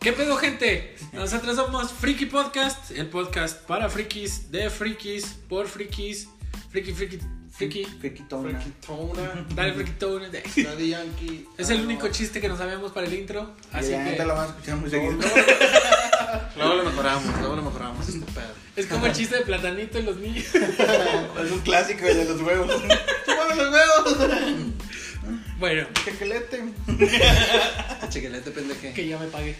¿Qué pedo, gente? Nosotros somos Friki Podcast, el podcast para frikis, de frikis, por frikis, friki, friki, friki, Friquitona. frikitona, dale frikitona. Daddy Yankee. Es el único chiste que nos sabemos para el intro, así Ya, te que lo van a escuchar muy seguido. Luego lo mejoramos, luego lo mejoramos. Este pedo. es como el chiste de platanito en los niños. Es un clásico el de los huevos. ¡Chúpame los dedos! Bueno, Chequelete. Chequelete, pendeje. que ya me pagué.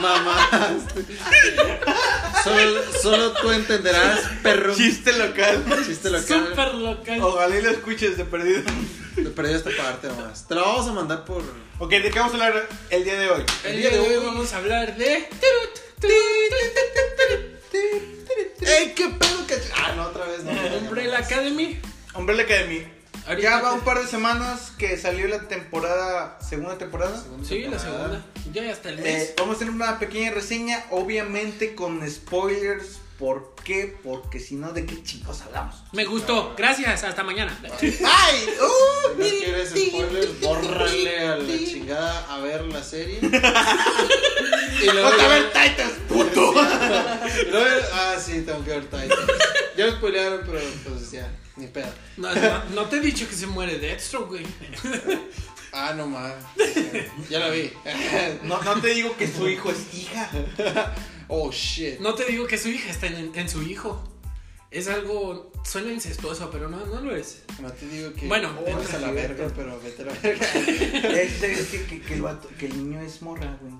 Mamá. Solo, solo tú entenderás, perro. Chiste local. Chiste local. Súper local. Ojalá y lo escuches de perdido. Me perdí esta parte nomás. Te la vamos a mandar por. Ok, ¿de qué vamos a hablar el día de hoy? El día de hoy vamos a hablar de... ¡Ey, qué pedo que.! Ah, no, otra vez no. Umbrella Academy. Hombre, la Academy. Ahorita Ya va te- un par de semanas que salió la temporada, segunda temporada. Sí, la segunda. Ya hasta el Eh, mes. vamos a hacer una pequeña reseña, obviamente con spoilers. ¿Por qué? Porque si no, ¿de qué chicos hablamos? Me gustó. Gracias. Hasta mañana. ¡Ay! uh, Si no quieres spoilers, bórrale a la chingada a ver la serie. Y luego. ¡Vamos a ver Titans, puto! Y luego- ah, sí, tengo que ver Titan. Ya me spoilearon, pero pues ya, ni pedo. No, no, no te he dicho que se muere Deathstroke, güey. Ah, no más. Ya la vi. No, no te digo que su hijo es hija. Oh shit. No te digo que su hija está en, en su hijo. Es algo. Suena incestuoso, pero no, no lo es. No te digo que. Bueno, oh, vete a la verga, pero vete a la verga. Este, Es de- que, que- que el vato- que el niño es morra, güey.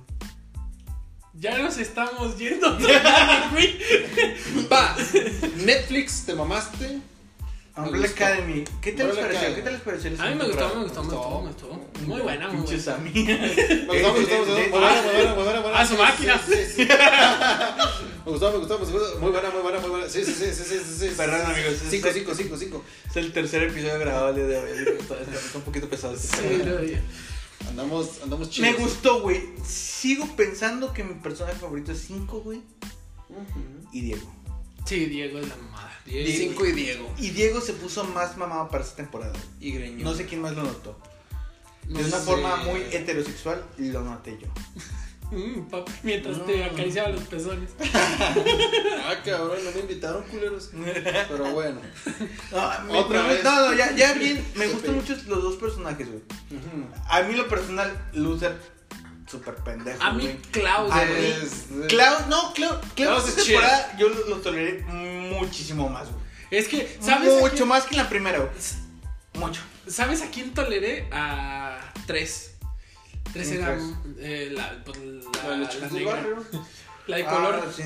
Ya nos estamos yendo. güey. Va, Netflix, te mamaste. Umbrella gustó. Academy. ¿Qué te les Umbrella pareció? Academy. ¿Qué te les pareció? la A mí me segunda gustó, me temporada? gustó, me gustó, me gustó. Muy buena, muy Pinches buena. a mí. Me gustó, me gustó, me gustó. Muy buena, muy buena, muy buena, muy Ah, buena. A su máquina. Sí, sí, sí. Me gustó, me gustó, me gustó. Muy buena, muy buena, muy buena. Sí, sí, sí, sí, sí, sí, sí. Perdón, amigos. es- Cinco, cinco, cinco, cinco. Es el tercer episodio grabado el día de hoy. Está, está un poquito pesado este Sí, tema. lo oye. Andamos, andamos chidos. Me gustó, güey. Sigo pensando que mi personaje favorito es 5, güey. Ujú. Y Diego. Sí, Diego es la mamada. Diego. Cinco y Diego. Y Diego se puso más mamado para esta temporada. Y Greño. No sé quién más lo notó. No de una sé. forma muy heterosexual, lo noté yo. Mm, papi, mientras te Mm. acariciaba los pezones. Ah, cabrón, no me invitaron, culeros. Pero bueno. No, me- Otra me- vez. no, no, ya, ya bien. Me Sí, gustan sí. mucho los dos personajes, güey. A mí, lo personal, Luther, súper pendejo. A mí, güey. Klaus, A güey. mí- Es- Klaus, no, Klaus, Klaus, Klaus es esta temporada yo lo, lo toleré muchísimo más, güey. Es que, ¿sabes? a Mucho quién- más que en la primera, güey. Mucho. ¿Sabes a quién toleré? A tres. Tres ¿Quién era tres? eh, la, pues, la, La de los la chicos del negra. barrio. La de color. Ah, sí.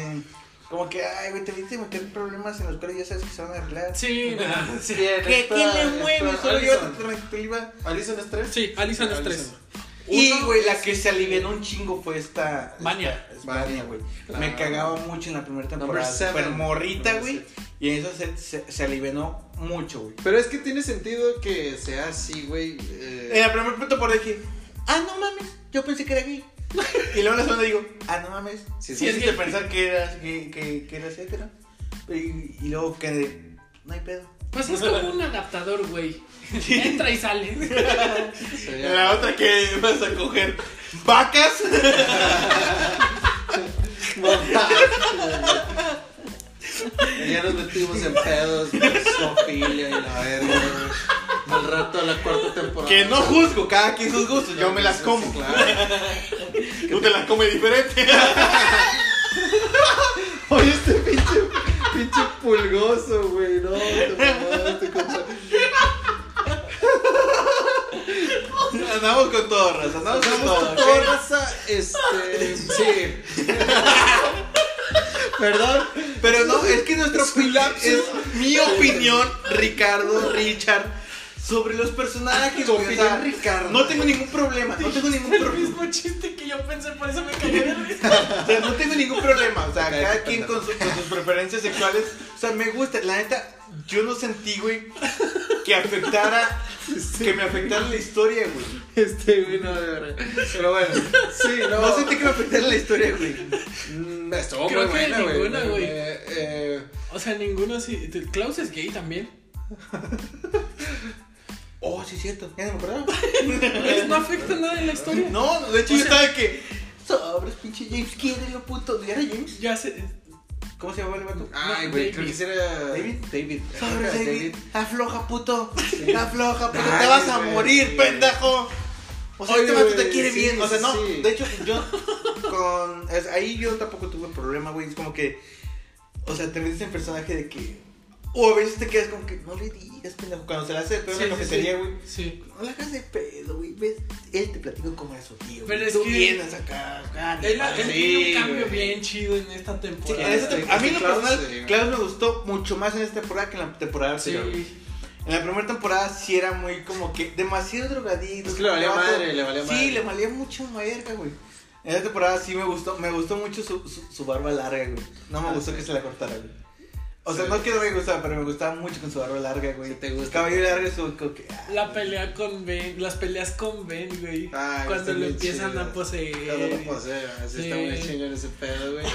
Como que, ay, güey, te viste meter problemas en los cuales ya sabes que se van a arreglar. Sí, no, sí. ¿Qué, Esta- ¿Quién le esta- mueve? Solo Allison. lleva tu perspectiva. ¿Alison es tres? Sí, Alison es tres. Y, Uno güey, la es- que se alivió un chingo fue esta. Vania. esta- es Vania, güey. Me Ah. cagaba mucho en la primera temporada. Number seven. Super morrita, Number güey. Y en eso se, se, se alivianó mucho, güey. Pero es que tiene sentido que sea así, güey. eh, En la primera temporada dije, ah, no mames, yo pensé que era gay. y luego en la segunda digo, ah, no mames. Sí, Sí, sí, sí, es hiciste gay. pensar que era, que, que, que era etcétera. Y, y luego que no hay pedo. Pues es como un adaptador, güey. Entra y sale. se En vea- La otra que vas a coger vacas. Ya nos metimos en pedos, sofilia y la verga. güey. Al rato de la cuarta temporada. Que no juzgo, cada quien sus gustos, yo me las Sí, como. claro. Tú te las comes diferente. Oye, este pinche, pinche pulgoso, güey. No, te mamaste, compa. Andamos con todo, raza, andamos con todo. Todo ¿ok? raza, este. Sí. Perdón. Pero no, es que nuestro pilar lapsus. es mi opinión, Ricardo, Richard, sobre los personajes. Tu güey, opinión, Ricardo. No tengo ningún problema, no tengo ningún El problema. mismo chiste que yo pensé, por eso me caí de risa. O sea, no tengo ningún problema. O sea, Cállate, cada quien pendejo. con, su- con sus preferencias sexuales. O sea, me gusta. La neta, yo no sentí, güey, que afectara, que me afectara la historia, güey. Este, güey, no, de verdad. Pero bueno, sí, no. No sentí que me afectara la historia, güey. Mm, Estuvo Creo muy que buena, güey. ninguna, güey. Eh, eh, O sea, ninguno sí. Klaus es gay también. Oh, sí, es cierto. Ya no me acordaba. Pues no afecta nada en la historia. No, de hecho O yo sea- estaba de que. Sobres, pinche James. ¿Quién es lo puto? ¿Ya era James? Ya sé. ¿Cómo se llamaba el vato? Ay, No, güey, David. creo que sí era. David. David. Sobres, David. Afloja, puto. Afloja, puto. Ay, Te vas a güey. morir, pendejo. O sea, Oye, este vato te güey, quiere sí, bien. O sea, sí, no. sí. De hecho, yo. Con. es- Ahí yo tampoco tuve problema, güey. Es como que. O sea, te metes en personaje de que. O a veces te quedas como que. No le digas, pendejo. Cuando se le hace de pedo en la Sí, sí, cafetería, sí. güey. Sí. No le hagas de pedo, güey. Ves, él te platica como era su tío. Pero güey. es Tú que- vienes acá, acá. Él, acá, él sí, tiene un cambio güey. bien chido en esta Sí, temporada. en esta tem- a mí en lo Claus, personal, sí, güey. Klaus me gustó mucho más en esta temporada que en la temporada Sí. anterior. En la primera temporada sí era muy como que demasiado drogadito. Es que le valía vato. madre, le valía madre. Sí, le valía mucho verga, güey. En esta temporada sí me gustó, me gustó mucho su, su, su barba larga, güey. No me Ah, gustó sí. que se la cortara, güey. O Sí. sea, no que no me gustaba, pero me gustaba mucho con su barba larga, güey. Sí, te gusta. El cabello largo es como que... ah, La güey. pelea con Ben, las peleas con Ben, güey. Ay, cuando Ah, está lo bien empiezan chido. a poseer. Cuando lo posee, así Sí. ah, está muy chingón ese pedo, güey.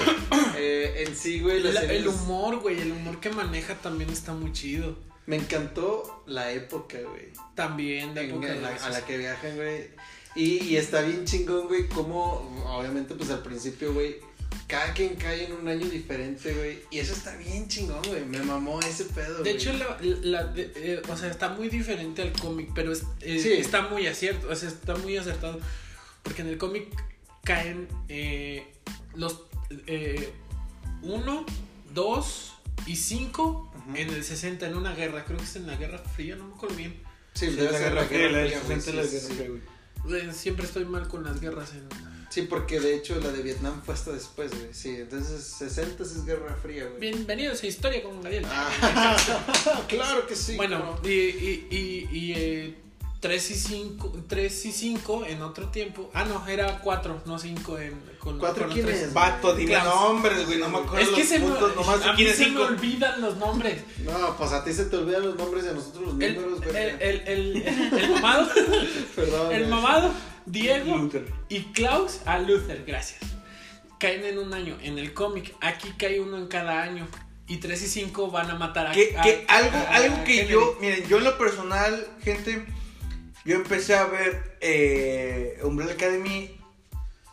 Eh, en sí, güey, la La- serie el es- humor, güey, el humor que maneja también está muy chido. Me encantó la época, güey. También de en- época en la- de- a la que viajan, güey. Y, y está bien chingón, güey, como obviamente pues al principio, güey, cada quien cae en un año diferente, güey. Y eso está bien chingón, güey. Me mamó ese pedo, De güey. hecho, la, la- de- eh, o sea, está muy diferente al cómic, pero es- eh, Sí. está muy acierto, o sea, está muy acertado. Porque en el cómic caen eh, los 1, 2 y 5 Ajá. en el 60, en una guerra, creo que es en la Guerra Fría, no me acuerdo bien. sí, Sí, debe la ser guerra fría, la Fría, güey, gente la sí, guerra sí, sí. fría, güey. Eh, Siempre estoy mal con las guerras en... Sí, porque de hecho la de Vietnam fue hasta después, güey. Sí, entonces 60 es Guerra Fría, güey. Bienvenidos a Historia con Gabriel. Ah, claro que sí. Bueno, cabrón. y, y, y, 3 y 5 3 y 5 en otro tiempo. Ah, no, era 4, no 5 en con ¿Cuatro con quién tres. es? Vato, dime Klaus. nombres, güey. No me acuerdo Es que los se me, puntos, nomás a tú mí quieres se me cinco. olvidan los nombres. No, pues a ti se te olvidan los nombres de nosotros los El, números, el, güey. el, el, el mamado, Perdón. el güey. mamado, Diego Luther. y Klaus a Luther, gracias. Caen en un año, en el cómic. Aquí cae uno en cada año. Y 3 y 5 van a matar a. que, a- que algo, a- algo a que Kennedy. yo, miren, yo en lo personal, gente, yo empecé a ver eh, Umbrella Academy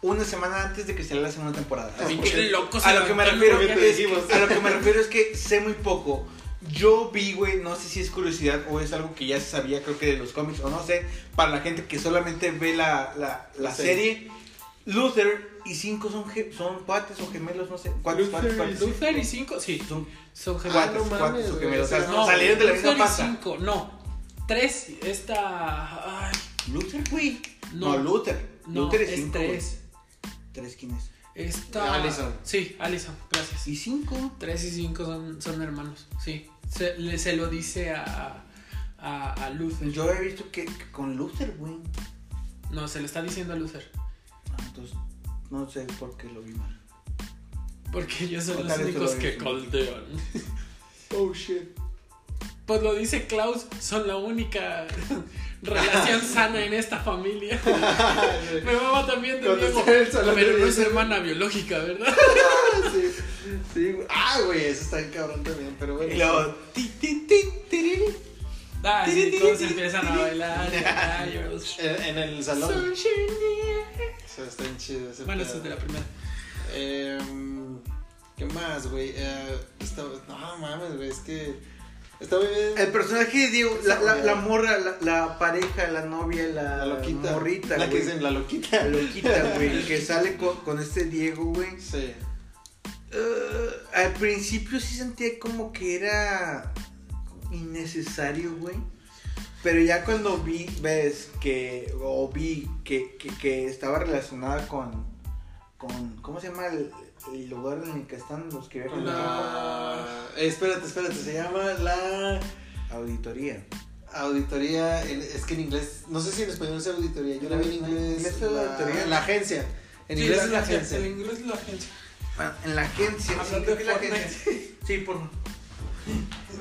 una semana antes de que saliera la segunda temporada. Así que loco se a lo que me levantó el refiero lugar. es que, a lo que me refiero es que sé muy poco. Yo vi, güey, no sé si es curiosidad o es algo que ya se sabía, creo que de los cómics o no sé, para la gente que solamente ve la, la, la Sí. serie, Luther y cinco son, ge- son cuates o gemelos, no sé, cuates, cuates, cuates. Luther y 5, sí, Son son Ah, gemelos. cuates, no cuates, mames, o güey, gemelos, o sea, o sea, no, salieron de la Luther misma y pasta. cinco, no. Tres, esta. ay, Luther, güey. No. No, Luther. no, Luther es cinco, tres. güey. ¿Tres quién es? Esta. Allison. Sí, Allison, gracias. Y cinco. Tres y cinco son, son hermanos, sí. Se, le, se lo dice a, a, a Luther. pues Yo había visto que, que con Luther, güey. No, se lo está diciendo a Luther. Ah, entonces, no sé por qué lo vi mal. Porque ellos son O los tal vez se lo únicos que dice. coldean. Oh shit. Pues lo dice Klaus, son la única relación sana en esta familia. Me mama también de Cuando Diego. está en el salón Pero no de es belleza. hermana biológica, ¿verdad? sí, sí, güey. Ah, güey, eso está bien cabrón también, pero bueno. Y luego. ti, ti, ti, tiriri. Ah, sí, todos empiezan a bailar. y a rayos. En, en el salón. O sea, está bien chido ese Bueno, pedo. eso es de la primera. Em, ¿Qué más, güey? Eh, está- No mames, güey, es que. Está muy bien. El personaje de Diego, la, la, la morra, la, la pareja, la novia, la, La loquita. morrita, La que güey. dicen la La loquita. loquita, güey, que sale con, con este Diego, güey. Sí. Eh, al principio sí sentía como que era innecesario, güey. Pero ya cuando vi, ves que, o vi que, que- que estaba relacionada con, con, ¿cómo se llama el, el lugar en el que están los que viajan? La... eh, espérate, espérate, se llama la Auditoría. auditoría. en- Es que en inglés, no sé si en español es auditoría, yo la vi en inglés. ¿Es la auditoría? la agencia. En inglés es la agencia. En inglés es la agencia. Ah, en la agencia. sí, Hablando de creo que en la Fortnite. agencia. Sí, por favor.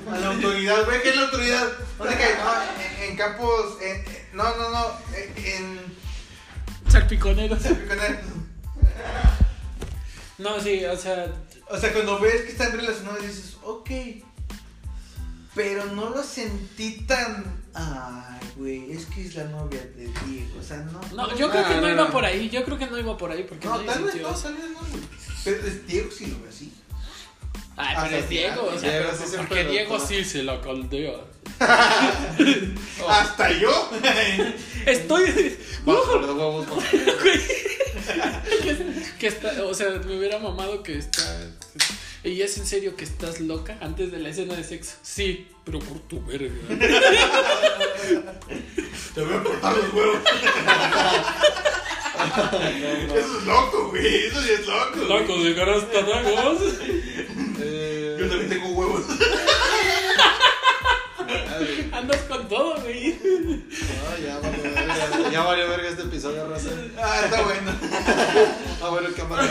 A la autoridad, ve que es la autoridad. ¿Dónde cae? No, en, en campos. en- no, no, no. En. Salpiconeros. en No, sí, o sea. O sea, cuando ves que están relacionados dices, ok. Pero no lo sentí tan. Ay, güey, es que es la novia de Diego. O sea, no. No, yo No, creo que no, Ah, no, iba no. por ahí. Yo creo que no iba por ahí porque No, nadie tal vez sintió no, eso. tal vez no, güey. Pero es Diego sí lo ve así. Ay, pero hasta es Diego. O sea, Ah, Diego pero sí se porque Diego empedó. sí se lo coldeó. Oh. Ah, ¡Hasta yo! Estoy. Vas por los huevos, vas por los huevos. que está, o sea, me hubiera mamado que está. ¿Y es en serio que estás loca antes de la escena de sexo? Sí, pero por tu verga. Te voy a cortar los huevos. Eso es loco, güey. Eso sí es loco. güey. Tacos de canasta, tacos. Eh, Yo también tengo huevos. a ver, Andas con todo, güey. no, ya valió verga, ya valió verga este episodio, Rosa. Ah, está bueno. Ah, bueno, cámara.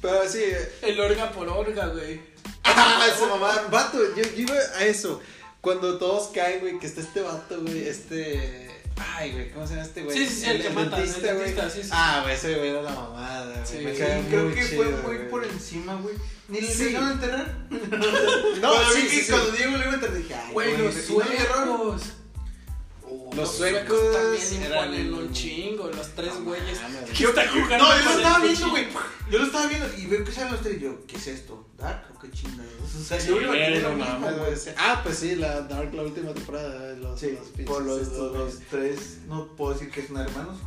Pero sí, eh, El orga por orga, güey. Ah, ese mamá, vato, yo, yo iba a eso. Cuando todos caen, güey, que está este vato, güey, este. Ay, güey, ¿cómo se llama este güey? Sí, sí, sí, el que mata, el güey. dentista, sí, sí. Ah, güey, ese güey era la mamada, güey. Sí. me Sí, cae creo muy que chido, fue muy güey. por encima, güey. Ni lo Sí. hicieron enterrar. No, cuando sí, vi sí, que sí. cuando Diego lo iba a enterrar, dije, ay, Güey, los ¿y no lo enterraron? suecos. Oh, Uh, Los Los suecos suecos también eran- imponen un chingo, los tres No güeyes. mames, güey. ¿Qué está jugando? No, yo con lo el estaba pinche- viendo, güey. Yo lo estaba viendo y veo que salen los tres. y Yo, ¿qué es esto? ¿Dark o qué chingados? O sea, yo me Sí, imaginé no lo mismo, mames, güey. güey, sí. Ah, pues sí, la Dark, la última temporada. eh, Los, Sí, los pinches, por los, estos, los tres, no puedo decir que son hermanos.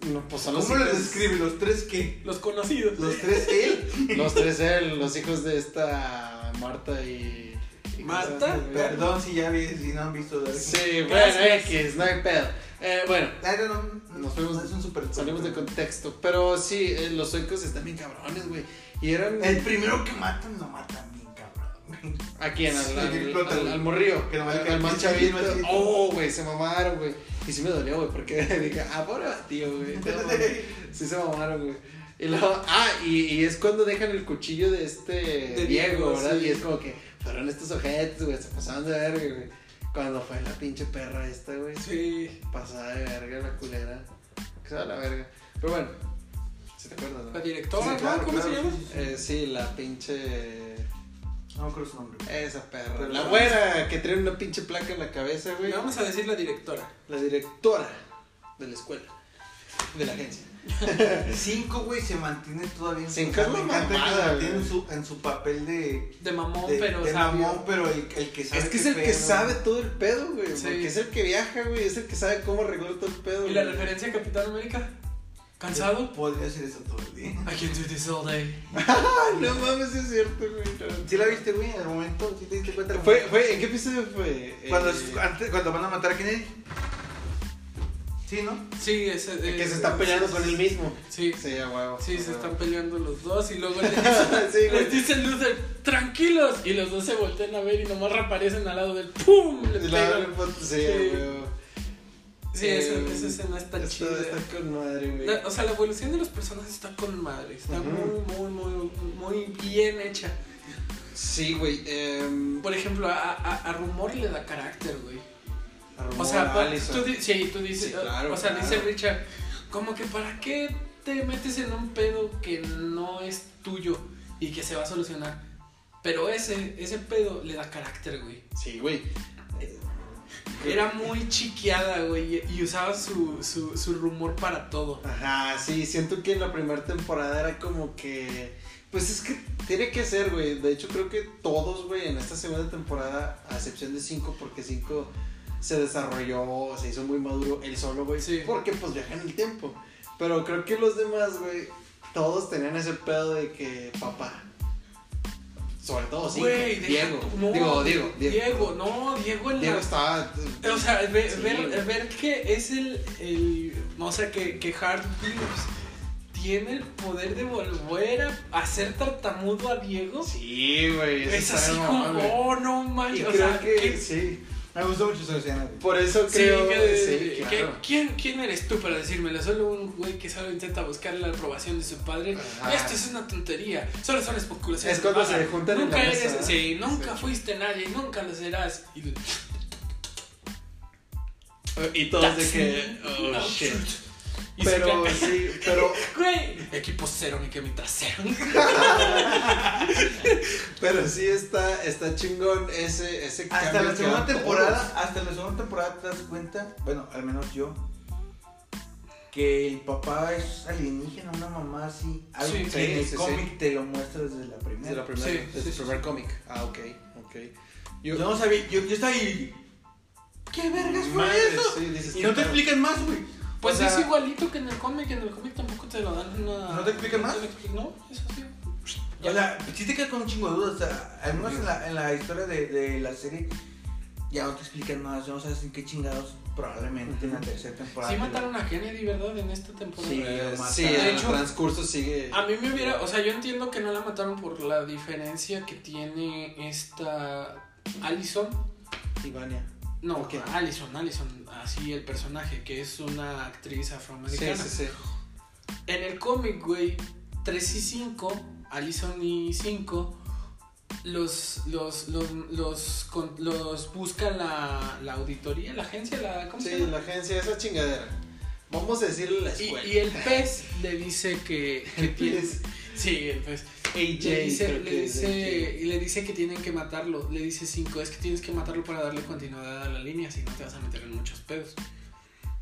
güey. No, pues son los ¿Cómo les hijos- describe? ¿Los tres qué? Los conocidos. ¿Los tres él? Los tres, él, los hijos de esta Marta y. y- ¿Marta? Perdón si ya vi, si no han visto Dark. Sí, bueno, Gracias. X, no hay pedo. Eh, bueno, Ah, no, no, Nos fuimos- no es un super salimos de contexto. Pero sí, eh, los suecos están bien cabrones, güey. Y eran. El primero que matan lo matan bien, cabrón. ¿A quién? Al, Sí, al, que explota, al- güey. al morrillo. Que nomás al, que- al más que- que- chavito. más chiquito. Oh, güey, se mamaron, güey. Y sí me dolió, güey, porque dije, ah, pobre tío, güey. no mames. Sí se mamaron, güey. Y luego, ah, y, y es cuando dejan el cuchillo de este De Diego, Diego, ¿verdad? sí. Y es como que fueron estos ojetes, güey, se pasaban de verga, güey. Cuando fue la pinche perra esta, güey. Sí. Pasada de verga la culera. Que se va a la verga. Pero bueno, si te acuerdas, La ¿no? directora, Sí, ¿no? claro, ¿Cómo claro. se llama? Eh, sí, la pinche. No creo su nombre. Esa perra. Pero la vamos- güera que trae una pinche placa en la cabeza, güey. Le vamos a decir la directora. La directora de la escuela. De la agencia. Cinco, güey, se mantiene todavía en su Cinco es la Me encanta que mamada, se mantiene güey. en su, en su papel de. De mamón, de, pero de sabio. mamón, pero el, el que sabe. Es que es qué el que pedo. sabe todo el pedo, güey. Sí. Porque es el que viaja, güey. Es el que sabe cómo arreglar todo el pedo. ¿Y la güey. referencia a Capitán América? ¿Cansado? Podría hacer eso todo el día. I can do this all day. Ah, no mames, sí es cierto, güey. no. ¿Sí la viste, güey? En el momento, ¿sí te diste cuenta? Fue, fue, ¿En qué episodio fue? Cuando, Eh, antes, cuando van a matar a Kennedy. Sí, ¿no? Sí, ese. eh, que se está peleando con él mismo. Sí, Sí, a huevo. sí, a se huevo. están peleando los dos y luego le dicen- Sí, güey. les dice Luther, tranquilos. Y los dos se voltean a ver y nomás reaparecen al lado del ¡pum! Le La- pues, pegan. Sí, a huevo. Sí, esa, esa escena está Está- chida. Está con madre, güey. La- o sea, la evolución de los personajes está con madre. Está Ujú. muy, muy, muy, muy bien hecha. Sí, güey. em, Por ejemplo, a, a- a Rumor le da carácter, güey. O Rumor sea, a pa- Allison. tú, di- sí, tú dices, Sí, claro, o sea, dice claro. Richard, como que para qué te metes en un pedo que no es tuyo y que se va a solucionar. Pero ese, ese pedo le da carácter, güey. Sí, güey. Era muy chiqueada, güey, y- y usaba su, su, su rumor para todo. Ajá, sí, siento que en la primera temporada era como que. Pues es que tiene que ser, güey. De hecho, creo que todos, güey, en esta segunda temporada, a excepción de 5, porque 5 se desarrolló, se hizo muy maduro él solo, güey. Sí. Porque pues viaja en el tiempo. Pero creo que los demás, güey, todos tenían ese pedo de que, papá. Sobre todo, sí. Güey, deja Diego. tú- no, digo, Diego. Diego. Diego, no, Diego en Diego la estaba. O sea, ve- Sí, ver, güey. ver que es el, el o sea, que, que Hard Williams tiene el poder de volver a hacer tartamudo a Diego. Sí, güey. eso es está así de como, mamá, güey. oh, no Y manches. O creo sea, que que, sí. Me gustó mucho esa escena, güey. Por eso sí, creo que- sí, que- claro. ¿quién, ¿Quién eres tú para decírmelo? Solo un güey que solo intenta buscar la aprobación de su padre. Ajá. Esto es una tontería. Solo son especulaciones. Es cuando vagas. se juntan en nunca la mesa, eres- ¿eh? sí, nunca Sí. fuiste nadie, nunca lo serás. Y- Y todos de que. Oh, shit. Y se Pero cae. sí, pero, Güey, equipo cero, ni que mi trasero. pero sí está, está chingón ese, ese Hasta cambio la que segunda dan todos. temporada, hasta la segunda temporada te das cuenta, bueno, al menos yo, que el papá es alienígena, una mamá así. Algo Sí, que sí, en el sí, sí. cómic te lo muestra desde la Desde primera. la primera, Sí, desde sí, el sí, primer cómic. Ah, ok, ok. Yo no sabía, yo, yo estaba ahí. ¿Qué vergas fue Madre, eso? sí, dices, Y no ¿qué te pedo? explican más, güey. Pues O sea, es igualito que en el cómic, en el cómic tampoco te lo dan una. ¿No te explican más? te lo expli- No, es así. O sea, sí te quedas con un chingo de dudas. O sea, al menos en la, en la historia de, de la serie ya no te explican más, ya no sabes en qué chingados probablemente en la tercera temporada. Sí mataron a Kennedy, ¿verdad? En esta temporada. Sí. Eh, mata. sí, De el hecho, transcurso sigue. A mí me hubiera, o sea, yo entiendo que no la mataron por la diferencia que tiene esta Allison. Ivania. No, Ok. Allison, Allison, así el personaje, que es una actriz Sí, afroamericana. sí, sí. En el cómic, güey, 3 y 5, Allison y 5, los, los, los, los, con- los busca la, la auditoría, la agencia, la, ¿cómo se Sí, llama? la agencia, esa chingadera. Vamos a decirle a la Y, escuela. y el pez le dice que, que tiene- Sí, el pez. AJ, Le dice, creo le, que es dice, y le dice que tienen que matarlo. Le dice 5, es que tienes que matarlo para darle continuidad a la línea, si no te vas a meter en muchos pedos.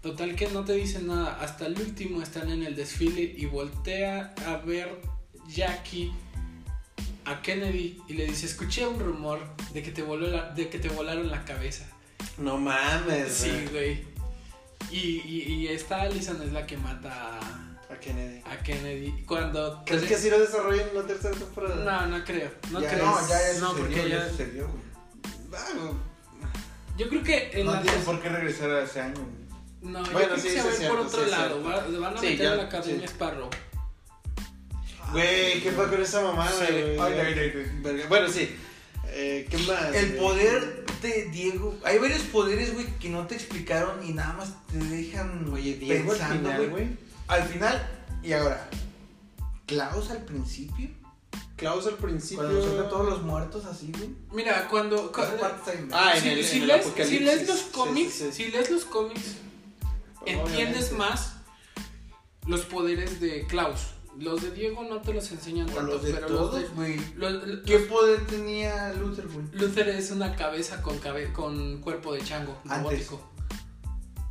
Total que no te dicen nada. Hasta el último están en el desfile y voltea a ver Jackie a Kennedy y le dice, escuché un rumor de que te, voló la- de que te volaron la cabeza. AJ. No mames. Sí, güey. güey. Y, y, y esta Allison es la que mata a- A Kennedy. a Kennedy. Cuando... Pues pues, ¿Crees que así lo desarrollan en la tercera temporada? No, no creo. No Ya, creo. No, ya, ya no, sucedió, porque ya. sucedió, güey. Ah, no. Yo creo que en No la. tienes por qué regresar a ese año. güey. No, yo Bueno, creo que sí, se sí va a es ir por cierto, otro sí es lado. Va- le van a Sí, meter ya, a la Academia sí. Sparrow. Ah, Güey, ¿qué fue con esa mamada, Sí. güey? Ay, ay, ay, Verga. Bueno, sí. Eh, ¿Qué más? ay. El güey? poder de Diego. Hay varios poderes, güey, que no te explicaron y nada más te dejan Oye, Diego al pensando, final, güey. Al final y ahora. Klaus al principio. Klaus al principio. Cuando suelta a todos los muertos así, güey. Mira, cuando. cu- Esa parte está bien. Ah, en si, el- si en el lees, si apocalipsis. lees los Sí, sí, cómics, sí. si lees los cómics, entiendes Obviamente. más los poderes de Klaus. Los de Diego no te los enseñan O tanto, los de pero todos, güey. los de. los- ¿Qué poder tenía Luther, güey? Luther es una cabeza con, cabe- con cuerpo de chango Antes. robótico.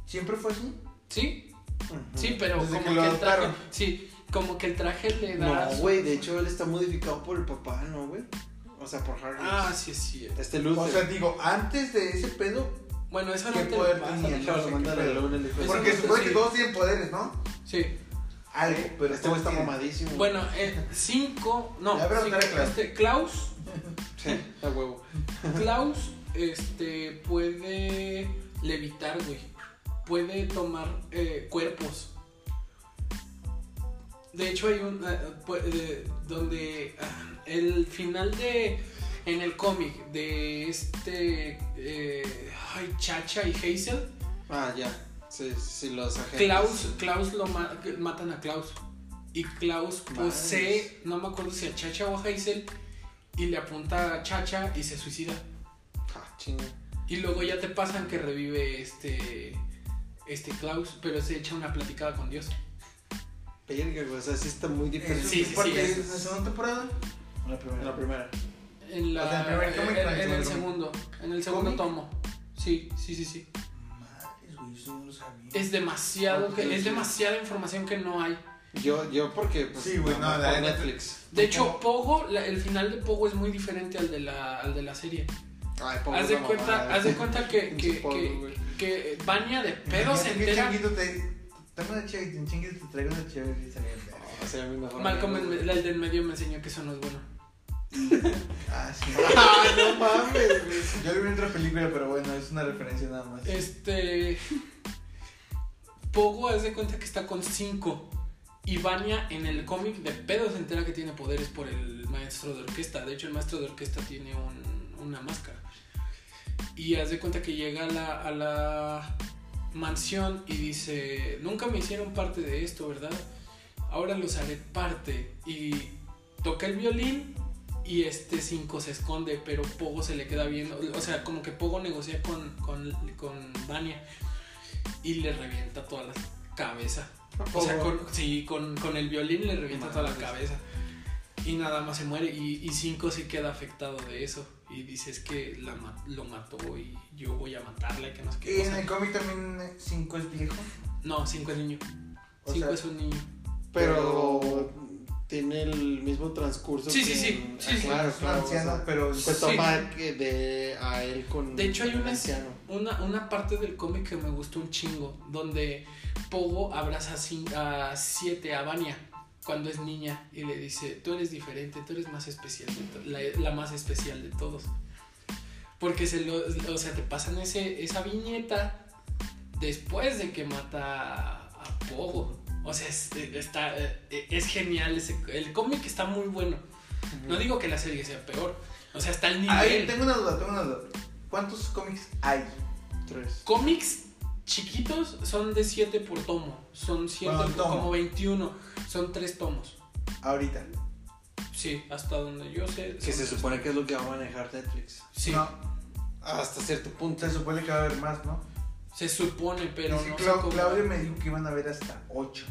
¿Siempre fue así? ¿Sí? Ujú. Sí, pero Desde como que que, lo el traje. adoptaron. Sí, como que el traje le da. No, su- güey, de hecho él está modificado por el papá, ¿no, güey? O sea, por Harry. Ah, sí, sí. Este Luther. O sea, digo, antes de ese pedo. Bueno, eso no ¿Qué te poder lo pasa. tenía? Claro, no sé lo manda qué a la pedo. luna y le dijo, Pues Porque no "Este se supone sí. que todos tienen poderes, ¿no? Sí. Algo, pero Este güey está tiene- mamadísimo. Bueno, eh, cinco. No, Ya, pero cinco, dale, Klaus. este, Klaus. Sí, a huevo. Klaus, este, puede levitar, güey. Puede tomar eh, cuerpos. De hecho, hay un. eh, pu- eh, donde. ah, el final de. En el cómic de este. eh, ay, Chacha y Hazel. Ah, ya. Sí, sí, sí, los agentes. Klaus, Klaus lo ma- matan a Klaus. Y Klaus posee, no me acuerdo si a Chacha o a Hazel, y le apunta a Chacha y se suicida. Ah, chinga. Y luego ya te pasan que revive este este Klaus, pero se echa una platicada con Dios. Verga, güey. O sea, sí está muy ¿Eso diferente. Sí, Eh, sí, sí, parte sí, de eso la es. segunda temporada? O la primera. En la primera. En la O sea, el primer cómic en, con el en el segundo, segundo en el segundo ¿Cómic? tomo. Sí, sí, sí, sí. Madres, güey, eso no lo sabía. Es demasiado, que- Sí, es sí. demasiada información que no hay. Yo, yo porque. Pues, Sí, güey, no, por la- Netflix. De hecho, Pogo, la- el final de Pogo es muy diferente al de la, al de la serie. Ay, pobre Haz de mamá, cuenta, güey. haz de cuenta que, Pinche que, pobre, que, güey. que Vania de pedo se Imagínate que entera. Changuito te. Dame una chévere, un chinguito te traigo una chévere y salía verga. No, sería mi mejor Malcolm, amigo, el, güey. el del medio, me enseñó que eso no es bueno. Ah, sí. Ay, no mames, güey. Yo lo vi en otra película, pero bueno, es una referencia nada más. Este. Pogo haz de cuenta que está con 5. Y Vania en el cómic de pedo se entera que tiene poderes por el maestro de orquesta. De hecho, el maestro de orquesta tiene un- una máscara. Y haz de cuenta que llega a la, a la mansión y dice: Nunca me hicieron parte de esto, ¿verdad? Ahora los haré parte. Y toca el violín. Y este 5 se esconde, pero Pogo se le queda viendo. O sea, como que Pogo negocia con, con, con Vania y le revienta toda la cabeza. O sea, Ojo. con, sí, con, con el violín le revienta toda la Madres. cabeza. Y nada más se muere. Y, y Cinco sí queda afectado de eso. Y dice, es que la ma- lo mató y yo voy a matarla. Que no sé qué Y en cosa". el cómic también 5 es viejo. No, Cinco es niño. O Cinco sea, es un niño. Pero tiene el mismo transcurso. Sí, que sí, sí, en- sí, sí, claro, es un claro. o anciano, sea, pero se Sí. toma que de a él con. De hecho, hay un una- anciano. Una, una parte del cómic que me gustó un chingo, donde Pogo abraza a, cin- a Siete, a Vania, cuando es niña, y le dice, tú eres diferente, tú eres más especial, de to- la, la más especial de todos. Porque se lo, o sea, te pasan ese, esa viñeta después de que mata a Pogo. O sea, es, está, eh, es genial, ese, el cómic está muy bueno. No digo que la serie sea peor, o sea, está el nivel. Mm. Ahí tengo una duda, tengo una duda. ¿Cuántos cómics hay? Tres. cómics chiquitos son de 7 por tomo. Son 7 Bueno, tomo. como 21. Son 3 tomos. Ahorita. Sí, hasta donde yo sé. Que se son- supone que es lo que va a manejar Netflix. Sí, No, Hasta cierto punto. se supone que va a haber más, ¿no? se supone, pero Dice no sé Clau- cómo- Claudio me dijo que iban a haber hasta 8.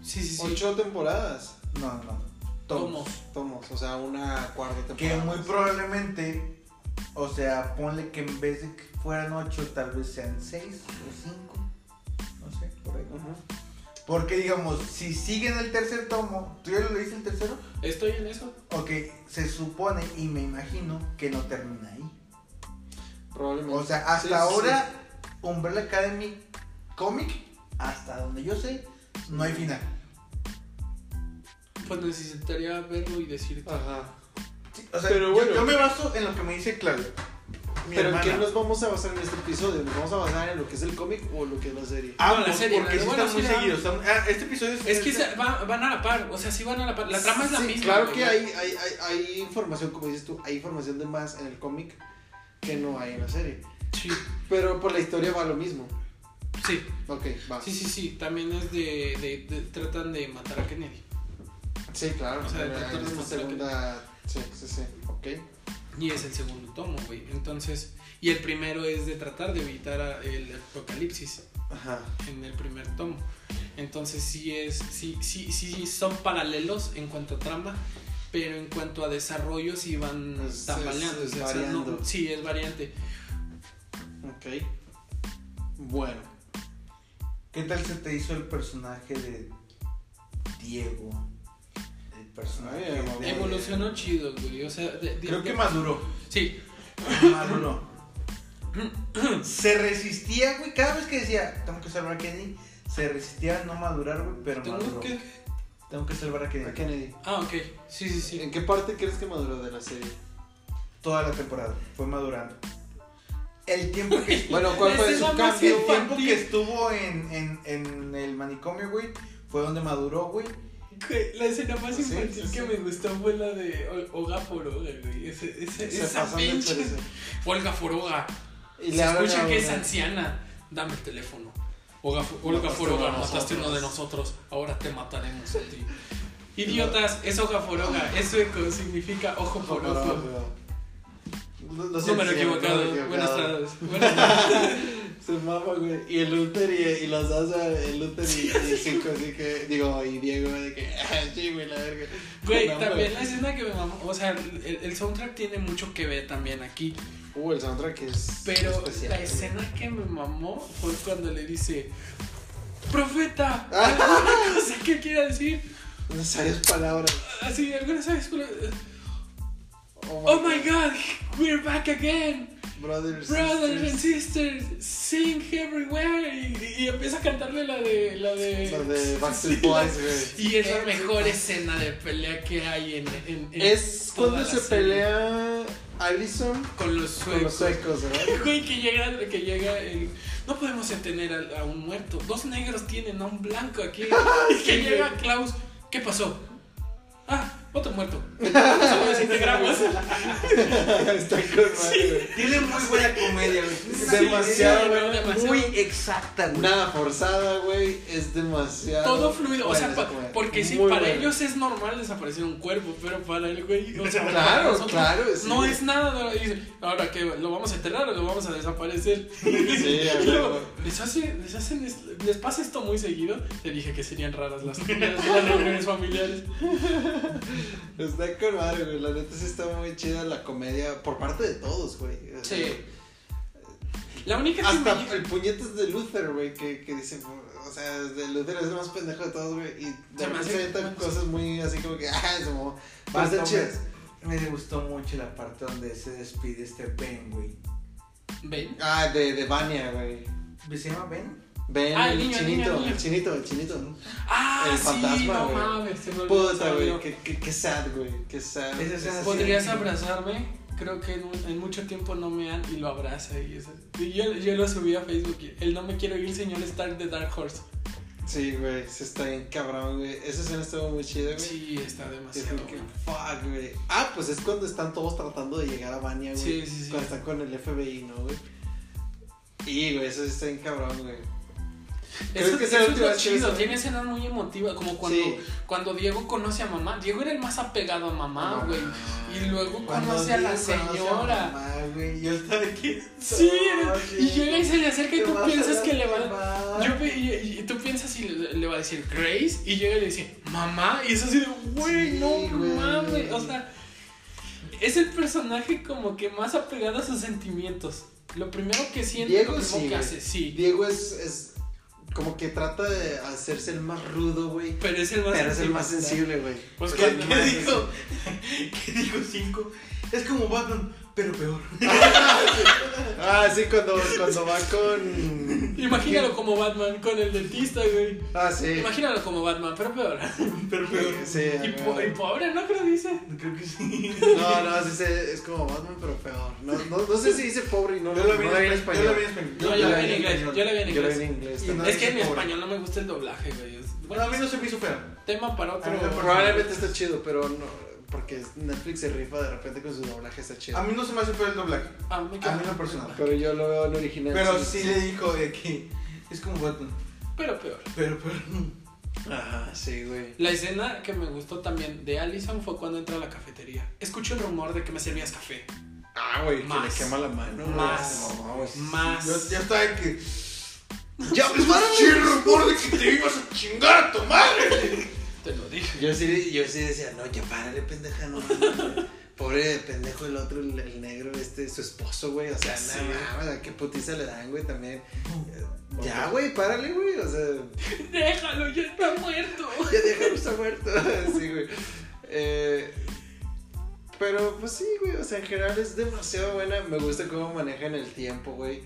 Sí, sí, sí. Ocho temporadas. No, no, no. tomos. Tomos. O sea, una cuarta temporada. Que muy probablemente, o sea, ponle que en vez de que fueran 8, tal vez sean 6 o 5. No sé, por ahí. Ujú. Porque digamos, si siguen el tercer tomo, ¿tú ya lo leíste el tercero? Estoy en eso. Ok, se supone y me imagino que no termina ahí. Probablemente. O sea, hasta Sí, sí, ahora, Umbrella Academy Comic, hasta donde yo sé, no hay final. Pues necesitaría verlo y decirte. sí. Ajá. Sí, o sea, Pero yo- bueno. yo, me baso en lo que me dice Claudio. Mi Pero hermana. ¿en qué nos vamos a basar en este episodio? ¿Nos vamos a basar en lo que es el cómic o lo que es la serie? Ambos, No, la serie, Ah, porque la- sí bueno, están muy sí, la- seguidos. están- ah, este episodio es. Es que se- va- van a la par. O sea, sí van a la par. La trama es la Sí, misma. Claro güey. que hay, hay, hay, hay información, como dices tú, hay información de más en el cómic que no hay en la serie. Sí, Pero por la historia va lo mismo. sí. Ok, va. Sí, Sí, sí, sí. También es de, de- de- Tratan de matar a Kennedy. claro. O sea, en tratar de esta mostrar que- segunda. Sí, sí, sí. Ok. Y es el segundo tomo, güey. Entonces, y el primero es de tratar de evitar a- el apocalipsis Ajá. en el primer tomo. Entonces, sí es, sí, sí, sí son paralelos en cuanto a trama, pero en cuanto a desarrollo sí van Pues, tambaleando. es- es o sea, no- variando. sí, es variante. Ok. Bueno. ¿Qué tal se te hizo el personaje de Diego? El personaje. Ay, mamá. de- Evolucionó chido, güey. O sea, de- de- Creo de- que maduró. Sí, Maduró. se resistía, güey. Cada vez que decía, tengo que salvar a Kennedy, se resistía a no madurar, güey, pero tengo maduró. que. Tengo que salvar a ¿A Kennedy. Kennedy? Ah, ok. Sí, sí, sí. ¿En qué parte crees que maduró de la serie? Toda la temporada. Fue madurando. El tiempo que, Bueno, ¿cuál fue Ese su no me cambio? el tiempo que estuvo en, en, en el manicomio, güey, fue donde maduró, güey. Güey, La escena más Sí, infantil sí, sí. que me gustó fue la de O- Olga Foroga, güey. Ese, ese, Se esa pasan de pinche. chorizo. Olga Foroga. Y Se le hablan escucha a que es una- anciana. Dame el teléfono. Olga, Fo- Olga Mataste Foroga, uno de mataste uno de nosotros. Ahora te mataremos a ti. Idiotas, es Olga Foroga. Es sueco, significa ojo No, por no, no, ojo. no. Lo siento, Número sí, equivocado. número Buenas equivocado. tardes. Buenas tardes. Se mama, güey. Y el Luther y, y las dos, el Luther y, y Cinco, así que, digo, y Diego, de que, ah, sí, güey, la verga. Güey, No, también la escena que me mamó. O sea, el, el soundtrack tiene mucho que ver también aquí. Uh, el soundtrack es. Pero especial. la escena que me mamó fue cuando le dice: Profeta, Ah, no sé qué quiere decir. necesarias palabras. Así, alguna vez. Oh my god, we're back again. Brothers. Brothers and sisters. sisters, sing everywhere. Y, y empieza a cantarle la de. La de, La de Backstreet Sí, la- Boys, güey. Y es la mejor escena de pelea que hay en. en- en Es toda cuando la se serie. pelea Allison con los con los suecos. suecos, ¿verdad? Güey, que llega, que llega el. No podemos detener al- a, un muerto. Dos negros tienen a un blanco aquí. Y que llega Klaus. ¿Qué pasó? Ah, Otro muerto. Solo desintegramos. Está con madre, güey. Tiene muy buena comedia, güey. Tiene una Demasiado, comedia güey, demasiado. Muy exacta, güey. Nada forzada, güey. Es demasiado. Todo fluido. O sea, buena pa- esa comedia. porque sí, Muy para buena. ellos es normal desaparecer un cuerpo, pero para el güey. O sea, para Claro, nosotros claro. sí. No es nada. de- dice, ahora que lo vamos a enterrar o lo vamos a desaparecer. Sí, a Y luego, huevo. les, hace, les, hacen, es- les pasa esto muy seguido. Te dije que serían raras las reuniones las reuniones familiares. Está con madre, güey. La neta sí está muy chida la comedia por parte de todos, güey. O sea, Sí. La única que me Hasta llega- el puñetas de Luther, güey, que, que dice, o sea, de Luther es el más pendejo de todos, güey. Y de Se me repente hace- se avientan cosas muy así como que, ah, es como, Pero van a está ser chidas. Me me gustó mucho la parte donde se despide este Ben, güey. ¿Ven? Ah, de, de Vania, güey. ¿Se llama Ben? Ven, Ah, el el, niño, el chinito, niño, el niño. el chinito, el chinito. Ah, El sí, fantasma, no güey. mames. se me olvidó, se Puta, me güey, olvidó. qué, qué, qué sad, güey, qué sad. Esa escena Es- sí. ¿Podrías abrazarme? Creo que en, un- en mucho tiempo no me han y lo abraza. Y eso. Y yo, yo lo subí a Facebook. y El no me quiero ir, señor Stark de Dark Horse. Sí, güey, se está bien cabrón, güey. Esa escena estuvo muy chida, güey. Sí, está Y es como demasiado. que, bueno. fuck, güey. Ah, pues es cuando están todos tratando de llegar a Vania, güey. Sí, sí, sí. Cuando están con el FBI, ¿no, güey? Y, güey, eso sí está bien cabrón, güey. Creo Eso, que eso esa es última lo vez que chido. hizo- Tiene escenas muy emotivas. Como cuando, Sí. cuando Diego conoce a mamá. Diego era el más apegado a mamá, Mamá. güey. Ah. Y luego Cuando conoce a la Dios conoce a señora. mamá, güey, Yo estaba aquí. Sí, No, y llega y se le acerca y Te tú vas a piensas que le va a... lastimar. Yo, pe- y, y tú piensas y le, le va a decir Grace y llega y le dice mamá y es así de güey Sí, no güey. mames o sea es el personaje como que más apegado a sus sentimientos lo primero que siente Diego lo primero sí, que güey. hace sí Diego es, es como que trata de hacerse el más rudo, güey. pero es el más Pero es el más sentimental. sensible, güey. pues ¿Qué, cuando- qué dijo? ¿Qué dijo 5? Es como Batman, pero peor. Ah, sí, cuando, cuando va con... imagínalo como Batman con el dentista güey Ah, sí. imagínalo como Batman pero peor Pero peor. Sí, y, ah, po- y pobre no creo dice Creo que sí. No, no, sí, sí, es como Batman, pero peor. No, no, no sé si dice pobre y no, Yo lo vi en no lo vi en español. Yo lo vi español. en español. No, yo lo vi en inglés, yo lo vi en Yo lo inglés. vi en inglés. No, es que en dice pobre. español no me gusta el doblaje güey Es- Bueno, bueno, a mí no se me hizo feo. tema Ah, para otro A mí me parece- Probablemente está chido, pero no. Porque Netflix se rifa de repente con su doblaje, está chido. A mí no se me hace feo el doblaje. Ah, me A quedo- mí no personal. Pero yo lo veo en original. Pero sí le dijo de que es como Batman, pero peor pero peor. Ajá, sí, güey. La escena que me gustó también de Allison fue cuando entra a la cafetería. Escucho el rumor de que me servías café. Ah, güey, que le Más. quema la mano. güey. Más. Se mamó, güey. Más. Yo ya estaba de que. ¡Ya, pues, párale! ¡Qué rumor de que te ibas a chingar a tu madre! Te lo dije. Yo sí, yo sí decía, no, ya párale, pendeja, no. mames". Pobre pendejo el otro, el, el negro, este, su esposo, güey. O sea, Sí. nada más, qué putiza le dan, güey, también. Ya, güey, párale, güey. O sea, Déjalo, ya está muerto. Ya déjalo, está muerto. sí, güey. Eh, pero, pues sí, güey. O sea, en general es demasiado buena. Me gusta cómo manejan el tiempo, güey.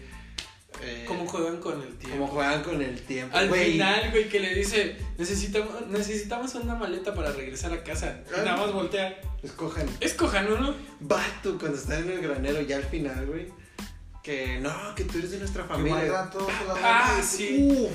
Eh, ¿Cómo juegan con el cómo tiempo? juegan con el tiempo, Al güey. final, güey, que le dice, necesitamos, necesitamos una maleta para regresar a casa. Ah. Y Nada más voltea. Escojan. Escojan uno. Bato cuando están en el granero, ya al final, güey. Que no, que tú eres de nuestra Que familia. matan todos a la Ah, madre. sí. Uf.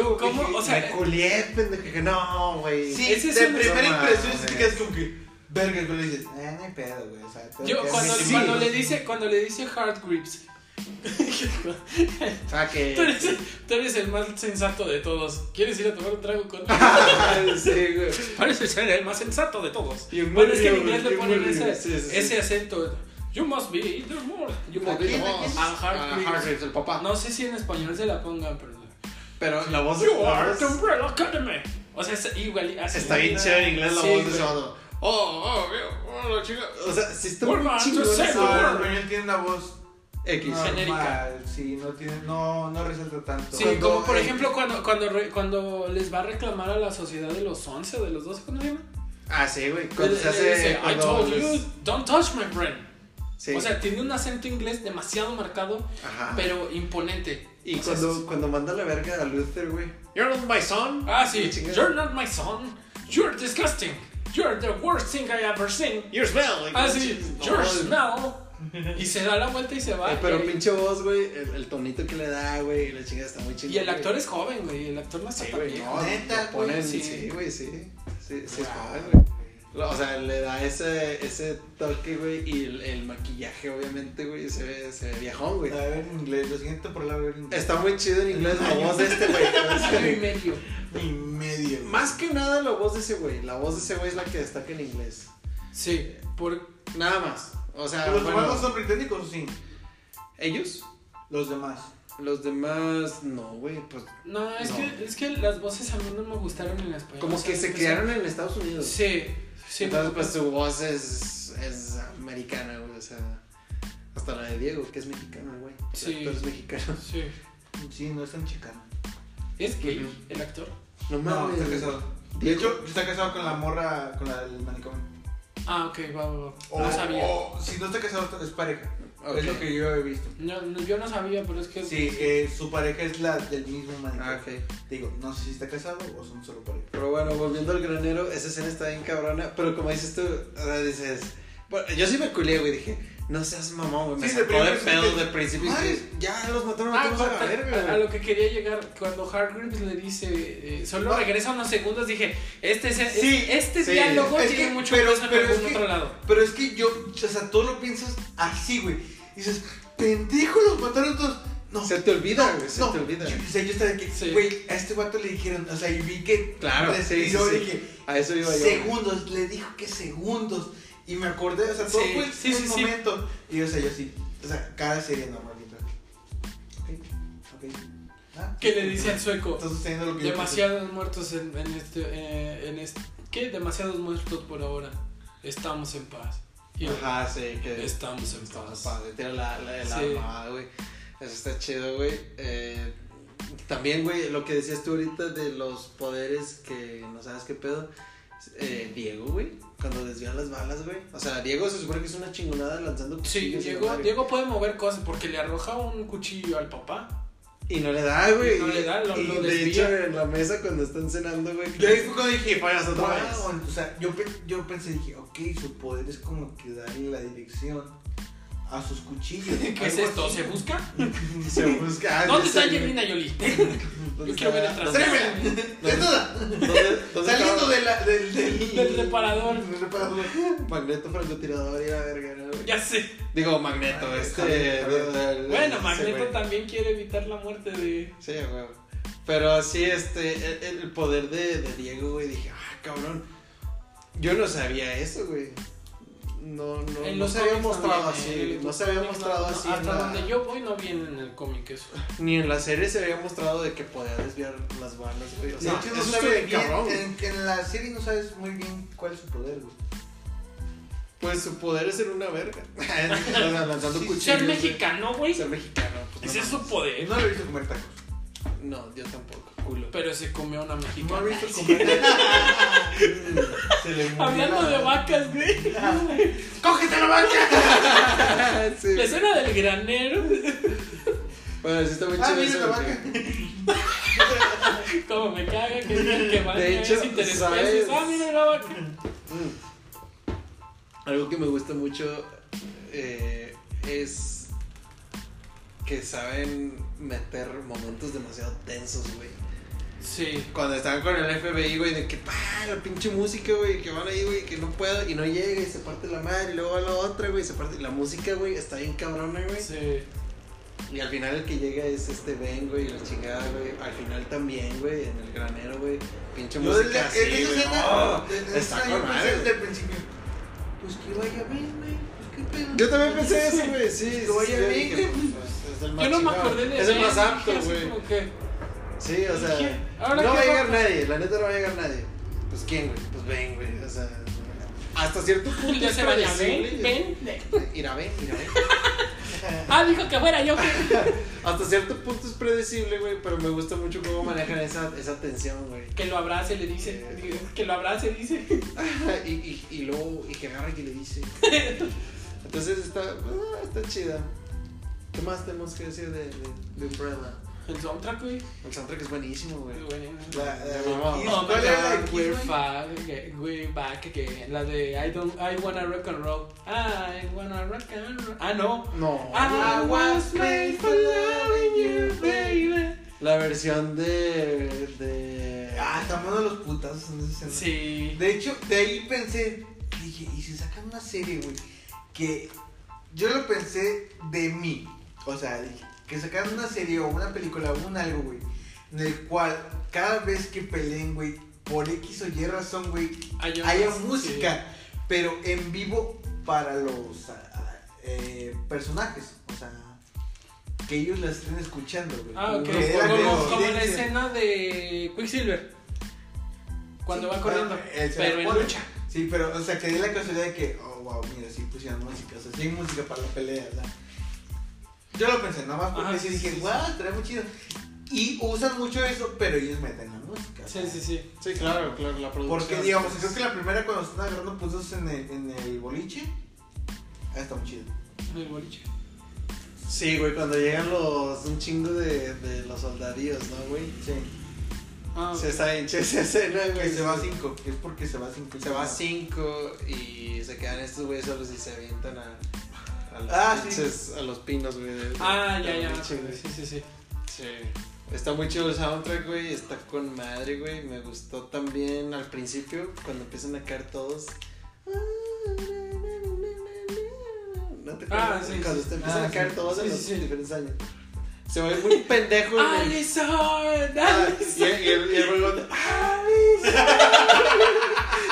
¿Cómo? Uf, cómo? dije, O sea, me culié, pendejo. Dije, no, güey. Sí, Ese es de un- primera No impresión sí mames. te quedas como que. Verga, tú le dices, eh, no hay pedo, güey. O sea, todo yo queda cuando, bien". sí. cuando le dice, cuando le dice hard grips. O sea, Ah, que. Tú eres, tú eres el más sensato de todos. ¿Quieres ir a tomar un trago conmigo? Ah, sí, güey. Parece ser el más sensato de todos. Y en Bueno, es que en Mario, inglés le güey, ponen Mario, ese, sí, sí, sí. ese acento. You must be either more. You must Aquí, be aquí. more. Ah, hard Ah, Greek. Hargreaves, el papá. No sé si en español se la pongan, pero. Pero la voz You la are voz- the Umbrella Academy. O sea, es igual. hace- Está bien chido en inglés la Sí, voz de güey. ese vato. Oh, oh, oh, la chica. O sea, sí está Bueno, muy antes chingón sí, güey. esa No, en voz. español tiene una voz X. No. Genérica. normal, Sí, no tiene. No, no resalta tanto. Sí, Cuando- como por eh, ejemplo cuando, cuando, re- cuando les va a reclamar a la sociedad de los 11 o de los 12, ¿cómo se llama? Ah, sí, güey. Cuando Le- se le dice, hace. I cuando told les- you, don't touch my friend. Sí. O sea, tiene un acento inglés demasiado marcado, Ajá. pero imponente. Y O sea, cuando, cuando manda la verga a Luther, güey. You're not my son. Ah, sí. Y chingada. You're not my son. You're disgusting. You're the worst thing I ever seen. Your smell. like, Ah, no, sí. chingada. Your No, smell. Y se da la vuelta y se va. eh, pero Ah, Y- pinche voz, güey. El, el tonito que le da, güey. La chica está muy chingada. Y el actor es joven, güey. El actor no está Sí, tan güey. viejo. No, Neta, lo ponen- güey, sí. Sí, güey, sí. Sí, sí es Wow. joven, güey. O sea, le da ese, ese toque, güey, y el, el maquillaje, obviamente, güey, se ve, se ve viejón, güey. La voy a ver en inglés, lo siento por la voy a ver en inglés. Está muy chido en inglés la voz de este, güey. O Año y sea, medio. Y medio. Más que nada la voz de ese güey. La voz de ese güey es la que destaca en inglés. Sí, por... Nada más. O sea, ¿Los Ah, bueno, demás no son británicos o sí? ellos, Los demás. los demás, no, güey, pues No, es, No. Que, es que las voces a mí no me gustaron en español. como O sea, que se empecé- crearon en Estados Unidos. Sí, sí. Entonces, pues su voz es, es americana, güey. O sea, hasta la de Diego, que es mexicano, güey. El Sí. actor es mexicano. sí. Sí, no están chicanos. ¿Es gay Ujú. el actor? No No, mames. está güey. casado. De Diego. hecho, está casado con la morra, con la del manicomio. Ah, ok, va, va, va. O, Oh. no sabía. o si no está casado, es pareja. Ok. Es lo que yo he visto. No, no, yo no sabía, pero es que... Sí, eh, su pareja es la del mismo manicomio. Ah, ok. Digo, no sé si está casado o son solo pareja. Pero bueno, volviendo al granero, esa escena está bien cabrona. Pero como dices tú, o sea, dices. Bueno, yo sí me culé, güey. Dije, no seas mamón, güey. Me Sí, de sacó de primer pedo sentido. de principio. Ay, dije, ya los mataron, Ah, matamos a la corta, verga, a, a güey. lo que quería llegar, cuando Hargreaves le dice, eh, solo regresa unos segundos, dije, este, es- es- Sí, este sí. diálogo Es tiene que- mucho pero- peso en pero es algún que- otro lado. Pero es que yo, o sea, tú lo piensas así, güey. Dices, pendejo, los mataron todos. No, Se te olvida, güey. Se no. te olvida. Yo, o sea, yo estaba aquí, Sí. güey, a este vato le dijeron, o sea, y vi que. Claro, sí, sí, respiró, sí. dije, A eso iba yo. güey. segundos, le dijo que segundos. Y me acordé, o sea, todo Sí, fue sí, en sí, un sí. momento. Y o sea, yo sí, o sea, cada serie normalita. Ok, ok. Ah, Que le dice al sueco, Está sucediendo lo que yo demasiados muertos en, en este, eh, en este, ¿qué? Demasiados muertos por ahora, estamos en paz. Y yo, Ajá, sí, que. estamos en Estamos paz. padre, tira la, la, la Sí. armada, güey. Eso está chido, güey. Eh, también, güey, lo que decías tú ahorita de los poderes que no sabes qué pedo. Eh, Diego, güey, cuando desvía las balas, güey. O sea, Diego se supone que es una chingonada lanzando Sí, cuchillos y la Diego, madre. Diego puede mover cosas porque le arroja un cuchillo al papá. Y no le da, güey. No le da, lo- y lo de desvía. hecho, en la mesa cuando están cenando, güey. Yo ahí fue cuando dije, fallas otra Wow, vez. O sea, yo, pe- yo pensé, dije, ok, su poder es como que darle la dirección a sus cuchillos. ¿Qué es esto? ¿Se busca? Se busca. ah, ¿Dónde ya está sé, güey. Angelina Jolie? ¿Dónde Yo quiero ver el está- trasero. ¡Tráemela! ¡Desnuda! ¿Dónde- dónde Saliendo estaba? de la, del, del, Del reparador. del reparador. Magneto francotirador y la verga, güey. Ya sé. Digo, Ah, Magneto, este. Javier, Javier. de- de- de- Bueno, ese Magneto güey. también quiere evitar la muerte de... Sí, güey. Pero sí, este, el, el poder de, de Diego, güey, dije, ah, cabrón. Yo no sabía eso, güey. No, no, En no los se había cómics mostrado había- así. en güey, los no se había cómics mostrado no, así. en Hasta la- donde yo voy no viene en el cómic eso. Ni en la serie se había mostrado de que podía desviar las balas, güey. O De sea, hecho, no eso está sabes bien bien, eh. cabrón. güey. en, en la serie no sabes muy bien cuál es su poder, güey. Pues su poder es ser una verga. O sea, lanzando Sí, cuchillos. Ser güey. mexicano, güey. Ser mexicano. pues, no Ese es su mames. poder. No lo he visto comer tacos. No, yo tampoco, culo. Pero se comió a una No lo mexicana. he visto comer Se le murió Hablando la- de vacas, güey. ¡Cógete la vaca! Sí. La escena del granero. Bueno, sí está muy Ah, chido mira eso, la güey. vaca. Como me caga que digan que vaca De hecho, es interesante. ¿sabes? Ah, mira la vaca. Mm. Algo que me gusta mucho eh, es que saben meter momentos demasiado tensos, güey. Sí. Cuando estaban con el FBI, güey, de que pa, la pinche música, güey, que van ahí, güey, que no puedo, y no llega, y se parte la madre, y luego va la otra, güey, se parte. La música, güey, está bien cabrona, güey. Sí. Y al final el que llega es este Ben, güey, y la chingada, güey. Al final también, güey, en el granero, güey. Pinche Yo música. desde, así, desde esa güey, ¡oh! escena, no, desde esa está escena, yo con madre, pensé güey. desde el principio, pues que vaya bien, güey, pues qué pedo. Yo también pensé eso, güey, sí. Que sí, vaya sí, bien, dije, güey. pues, es el más Yo no me chingado. acordé de Es el él, más dije apto, así güey. como que- Sí, o Dije, sea, ¿ahora no qué va a llegar vamos? nadie, la neta no va a llegar nadie. Pues quién, güey, pues ven, güey, o sea, hasta cierto punto Ya es se baña, predecible. ven, ven. Irá, ven, irá, ven. Ah, dijo que fuera yo. que- Hasta cierto punto es predecible, güey, pero me gusta mucho cómo manejan esa, esa tensión, güey. Que lo abrace, le dice. Que lo abrace, dice. y, y, y luego, y que agarra y que le dice. Entonces está, ah, está chida. ¿Qué más tenemos que decir de, de, de Umbrella? El soundtrack, güey. El soundtrack es buenísimo, güey. Güey. La- la- No, ¿y Oh my cuál era la god, Kiss, we're güey? fag, we're back again. La de I don't, I wanna rock and roll. I wanna rock and roll. Ah, no. No. I güey. was made for loving you, baby. La versión de. de Ah, Ah, están buenos los putazos en esa escena. Sí. De hecho, de ahí pensé, dije, ¿y si sacan una serie, güey? Que yo lo pensé de mí. O sea, dije, que sacaran una serie o una película o un algo, güey. En el cual cada vez que peleen, güey, por X o Y razón, güey, Hay haya unas- música, pero en vivo para los a- a- eh, personajes. O sea, que ellos la estén escuchando, güey. Ah, ok. Que era Como, como- como- como la coincidencia. escena de Quicksilver. Cuando Sí, va corriendo. pero, eh, se Pero la en pone. lucha. Sí, pero, o sea, que la casualidad de que, oh, wow, mira, sí pusieron música, o sea, sí hay música para la pelea, ¿verdad? Yo lo pensé, nada más porque Ajá, Ah, sí sí, dije, sí, wow, trae muy chido. Y usan mucho eso, pero ellos meten la música. Sí, sí, sí. Sí, claro, claro, la producción. Porque, digamos, creo que la primera cuando están agarrando putos en el, en el boliche, ah, está muy chido. En el boliche. Sí, güey, cuando llegan los. un chingo de, de los soldadíos, ¿no, güey? Sí. Ah, Se está en esa escena, Que güey. se va a 5, es porque se va a 5. Se va a 5 y se quedan estos güeyes solos y se avientan a. a los, Ah, sí. pinches- a los pinos, güey. de- de- ah, de ya, la ya. noche, güey. Sí, sí, sí. Sí. Está muy chido el soundtrack, güey. Está con madre, güey. Me gustó también al principio, cuando empiezan a caer todos. ¿No te acuerdas? Ah, sí, Cuando sí. te empiezan Ah, a caer sí. todos en Sí, los sí, sí. diferentes años. Se ve muy pendejo, güey. Alison, Ah, Alison. y el- y el- y el güey cuando-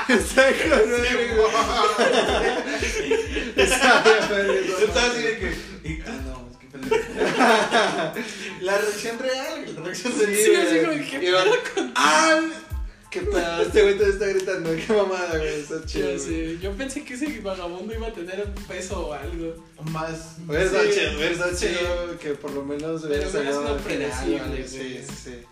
Está con madre, güey. Está bien, güey. Yo estaba así de que. y- ah, no, es que pendejo. La reacción real, la reacción real. Sí, así como güey. que, ¿qué Y van- ¡Ah! Qué pedo, este güey todavía está gritando, qué mamada, güey, está chido. Ya güey. sé, Yo pensé que ese vagabundo iba a tener un peso o algo. Más. Hubiera estado Sí. chido, hubiera estado Sí. chido que por lo menos hubiera Pero hubiera salido sido al final, predecible, güey, güey. Sí, sí, sí.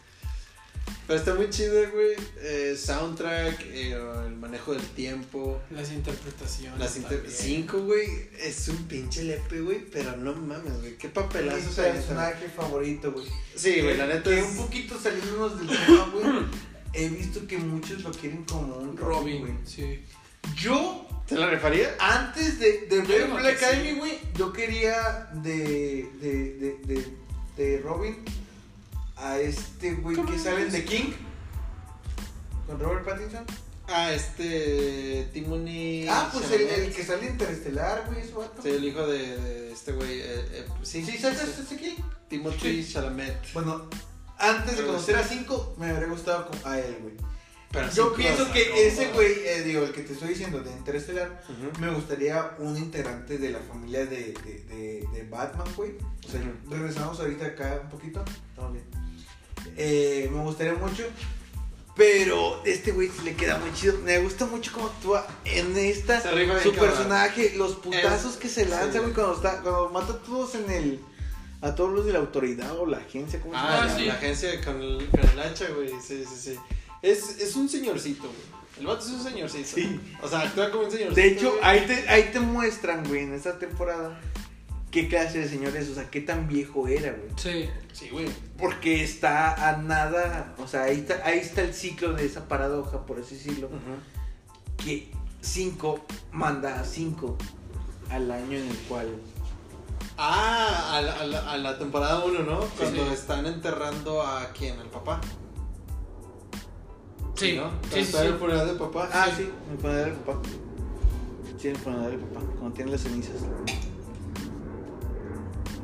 Pero está muy chido, güey. Eh, soundtrack, eh, el manejo del tiempo. Las interpretaciones. Las inter- también. cinco, güey, es un pinche lepe, güey, pero no mames, güey, qué Es papelazo su se avientan. personaje favorito, güey. Sí, güey, la neta Que es... un poquito saliéndonos del tema, güey. He visto que muchos lo quieren como un Robin, güey. Robin, sí. Yo, ¿Te la refaría? antes de, de ver digo que Black sí. Academy, güey, yo quería de, de, de, de, de Robin a este güey ¿Cómo que es? sale en The King. Con Robert Pattinson. Ah, este... Timony... Ah, pues el, Chalamet. el que sale en Interestelar, güey, es vato. Sí, el hijo de, de este güey, eh, eh, sí, Sí, ¿sabes ese aquí? Timothy Chalamet. Bueno, antes de Pero conocer sí. a 5, me habría gustado co- a él, güey. Pero Yo sí, pues, pienso cosa, que no, ese no. güey, eh, digo, el que te estoy diciendo de Interestelar, Ujú. me gustaría un integrante de la familia de, de, de, de Batman, güey. O sea, Ujú. regresamos ahorita acá un poquito. Estamos bien. Eh, me gustaría mucho. Pero este güey se le queda muy chido. Me gusta mucho cómo actúa en esta. Se rifa bien, Su cabrón. personaje, los putazos que se lanza, sí. güey, cuando, está, cuando mata a todos en el. A todos los de la autoridad o la agencia, ¿cómo se Ah, Ah, llama? la, sí. la agencia con el, con el hacha, güey. Sí, sí, sí. Es, es un señorcito, güey. El vato es un señorcito. Sí. O sea, actúa como un señorcito. De hecho, güey. ahí te, ahí te muestran, güey, en esta temporada, qué clase de señor es, o sea, qué tan viejo era, güey. Sí. Sí, güey. Porque está a nada, o sea, ahí está, ahí está el ciclo de esa paradoja, por así decirlo, que 5 manda a 5 al año en el cual... Ah, a la, a la- a la temporada 1, ¿no? Cuando sí. están enterrando a quién, al papá. Sí. ¿no? Sí, Cuando sí, está sí. en el funeral del papá. Ah, sí, en el funeral del papá. Sí, en el funeral del papá, cuando tiene las cenizas.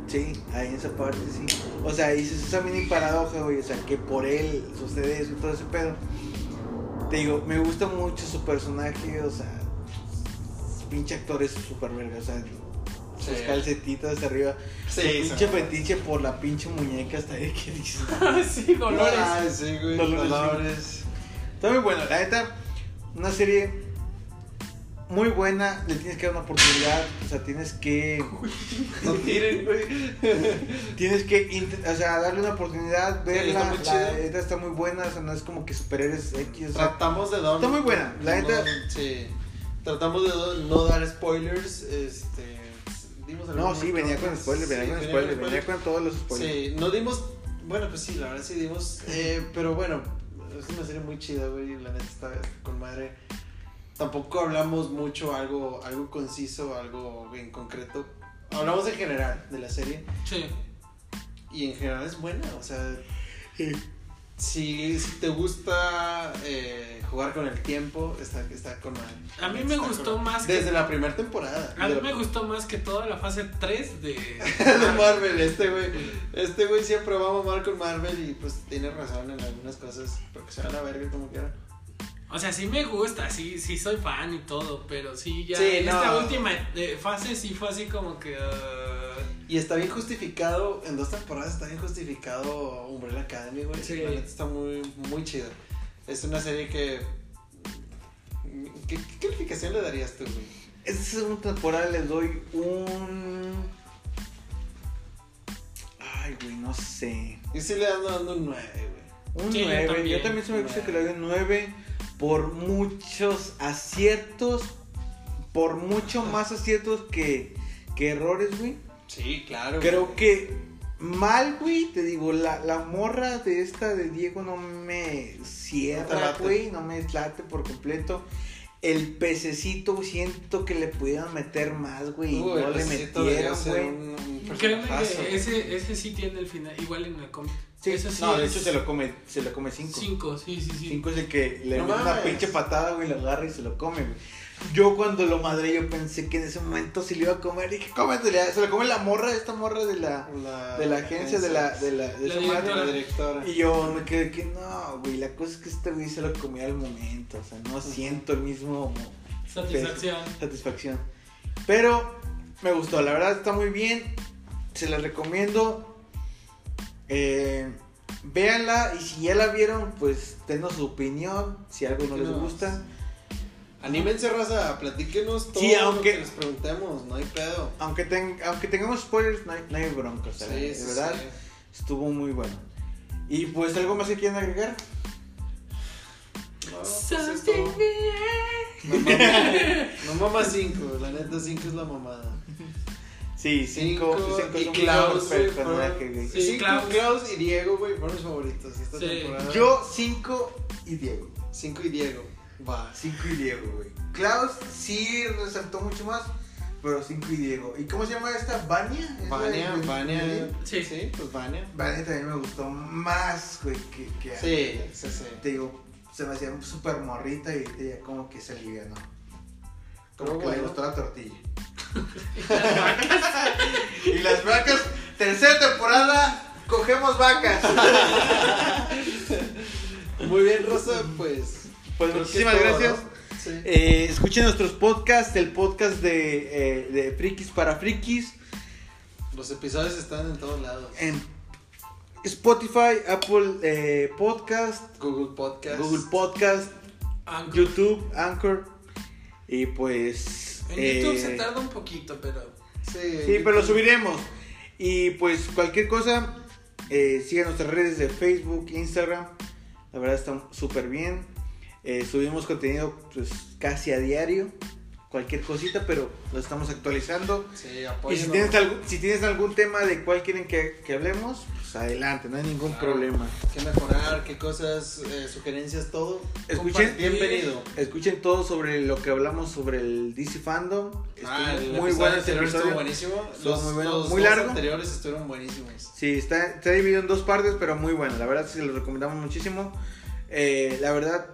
Sí, ahí en esa parte sí. O sea, dices esa mini paradoja, güey. O sea, que por él sucede eso y todo ese pedo. Te digo, me gusta mucho su personaje, o sea, pinche actor es súper verga, o sea, sus Sí. calcetitas de arriba, Sí, su sí. pinche fetiche por la pinche muñeca hasta ahí que dices. Ah, sí, Dolores. Ah, sí, güey. Dolores, Dolores. sí. Está muy bueno, la neta, una serie muy buena, le tienes que dar una oportunidad, o sea, tienes que, No tiren, güey. tienes que, int- o sea, darle una oportunidad, está verla, muy la chida. neta está muy buena, o sea, no es como que superhéroes X, o sea, Tratamos de dar. Está muy buena, la no- neta. Sí. Tratamos de do- no dar spoilers. Este. dimos no, algunos sí, venía con toques. spoiler, venía Sí, con spoiler, venía con todos los spoilers. Sí, no dimos. Bueno, pues sí, la verdad sí dimos. eh, pero bueno, es una serie muy chida, güey. La neta está con madre. Tampoco hablamos mucho algo, algo conciso, algo en concreto. Hablamos en general de la serie. Sí. Y en general es buena, o sea. si, si te gusta eh, jugar con el tiempo, está, está con madre. A mí Está me con- gustó más que- Desde la primera temporada. A mí De- me gustó más que toda la fase 3 de... de Marvel, este güey. Este güey siempre va a mamar con Marvel y pues tiene razón en algunas cosas. Porque se van a verga como quieran. O sea, sí me gusta, sí, sí soy fan y todo, pero sí ya Sí, en no. esta última eh, fase sí fue así como que... ah, Y está bien justificado, en dos temporadas está bien justificado Umbrella Academy, güey. Sí. La neta está muy, muy chido. Es una serie que... ¿Qué, qué calificación le darías tú, güey? Esta segunda temporada le doy un. Ay, güey, no sé. Yo sí le ando dando un 9, güey. Un Sí, yo 9. Yo también, también. se me gusta que le doy un 9 por muchos aciertos. Por mucho más aciertos que, que errores, güey. Sí, claro. Creo que mal, güey, te digo, la, la morra de esta de Diego no me No te cierra, late. güey, no me late por completo. El pececito güey, siento que le pudieran meter más, güey, y Uy, no le necesito metieron, hacer güey. un- un Créeme personajazo, que güey. ese, ese sí tiene el final, igual en el cómic. Sí, Eso sí no, de es- hecho se lo come, se lo come cinco. 5, sí, sí, sí. Cinco es el que le No mete una mames. pinche patada, güey, lo agarra y se lo come, güey. Yo cuando lo madré, yo pensé que en ese momento si lo iba a comer, dije, cómetele, se lo come la morra, esta morra de la, de la agencia, de la, de la, de La esa directora. madre. la directora. Y yo me quedé que no, güey. La cosa es que este güey se lo comía al momento. O sea, no siento el mismo mo- Satisfacción. satisfacción. Pero me gustó, la verdad está muy bien. Se la recomiendo. Eh, véanla y si ya la vieron, pues denos su opinión. Si algo no les No. gusta. Anímense, raza, platíquenos todo Sí, aunque- lo que les preguntemos, no hay pedo. Aunque, ten- aunque tengamos spoilers, no hay, no hay bronca. o sea, de verdad, sí. estuvo muy bueno. Y pues, ¿algo más que quieran agregar? No, pues es Something todo. else. No mama- No mama 5, la neta 5 es la mamada. Sí, cinco, Cinco cinco y son Klaus, per- güey, personaje, fueron- güey. Sí, cinco, Klaus. Klaus. y Diego, güey, fueron mis favoritos esta Sí. temporada. Yo, 5 y Diego. 5 y Diego. Va. 5 y Diego, güey. Klaus sí resaltó mucho más, pero 5 y Diego. ¿Y cómo se llama esta? ¿Vania? ¿Es la Vania, de- Vania. Sí. Sí, pues Vania. Vania también me gustó más, güey, que, que a- Sí, sí, sí. Te digo, se me hacía súper morrita y ella como que se alivianó. Como Pero que bueno. le gustó la tortilla. y las vacas, tercera temporada, cogemos vacas. Muy bien, Rosa, pues. Pues creo que muchísimas todo, ¿no? gracias. Sí. Eh, escuchen nuestros podcasts, el podcast de, eh, de Frikis para Frikis Los episodios están en todos lados. en Spotify, Apple eh, Podcast, Google Podcast. Google Podcast, Aunque YouTube, Anchor y pues... En eh, YouTube se tarda un poquito, pero... Sí, Sí, pero lo subiremos. Y pues cualquier cosa, eh, sigan nuestras redes de Facebook, Instagram. La verdad están súper bien. Eh, subimos contenido pues casi a diario. Cualquier cosita, pero lo estamos actualizando. Sí, Y si apóyennos. tienes, algún, si tienes algún tema de cuál quieren que, que hablemos, pues adelante, no hay ningún Claro. problema. ¿Qué mejorar? ¿Qué cosas? eh, ¿Sugerencias? Todo. Escuchen. Compa- Bienvenido. Escuchen todo sobre lo que hablamos sobre el DC Fandom. Ah, Estuvo el muy episodio bueno este anterior estuvo episodio. buenísimo. Estuvo Los, muy bueno. los Muy dos largo. anteriores estuvieron buenísimos. Sí, está, está dividido en dos partes, pero muy bueno. La verdad, sí, se lo recomendamos muchísimo. Eh, la verdad,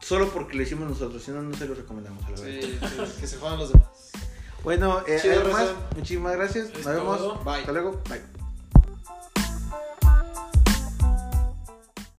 solo porque lo hicimos nosotros, si no, no se lo recomendamos. A la Sí, verdad. sí, que se jodan los demás. Bueno, eh, Chido, ¿algo más? Rosa. muchísimas gracias. Es Nos vemos. todo. Bye. Hasta luego. Bye.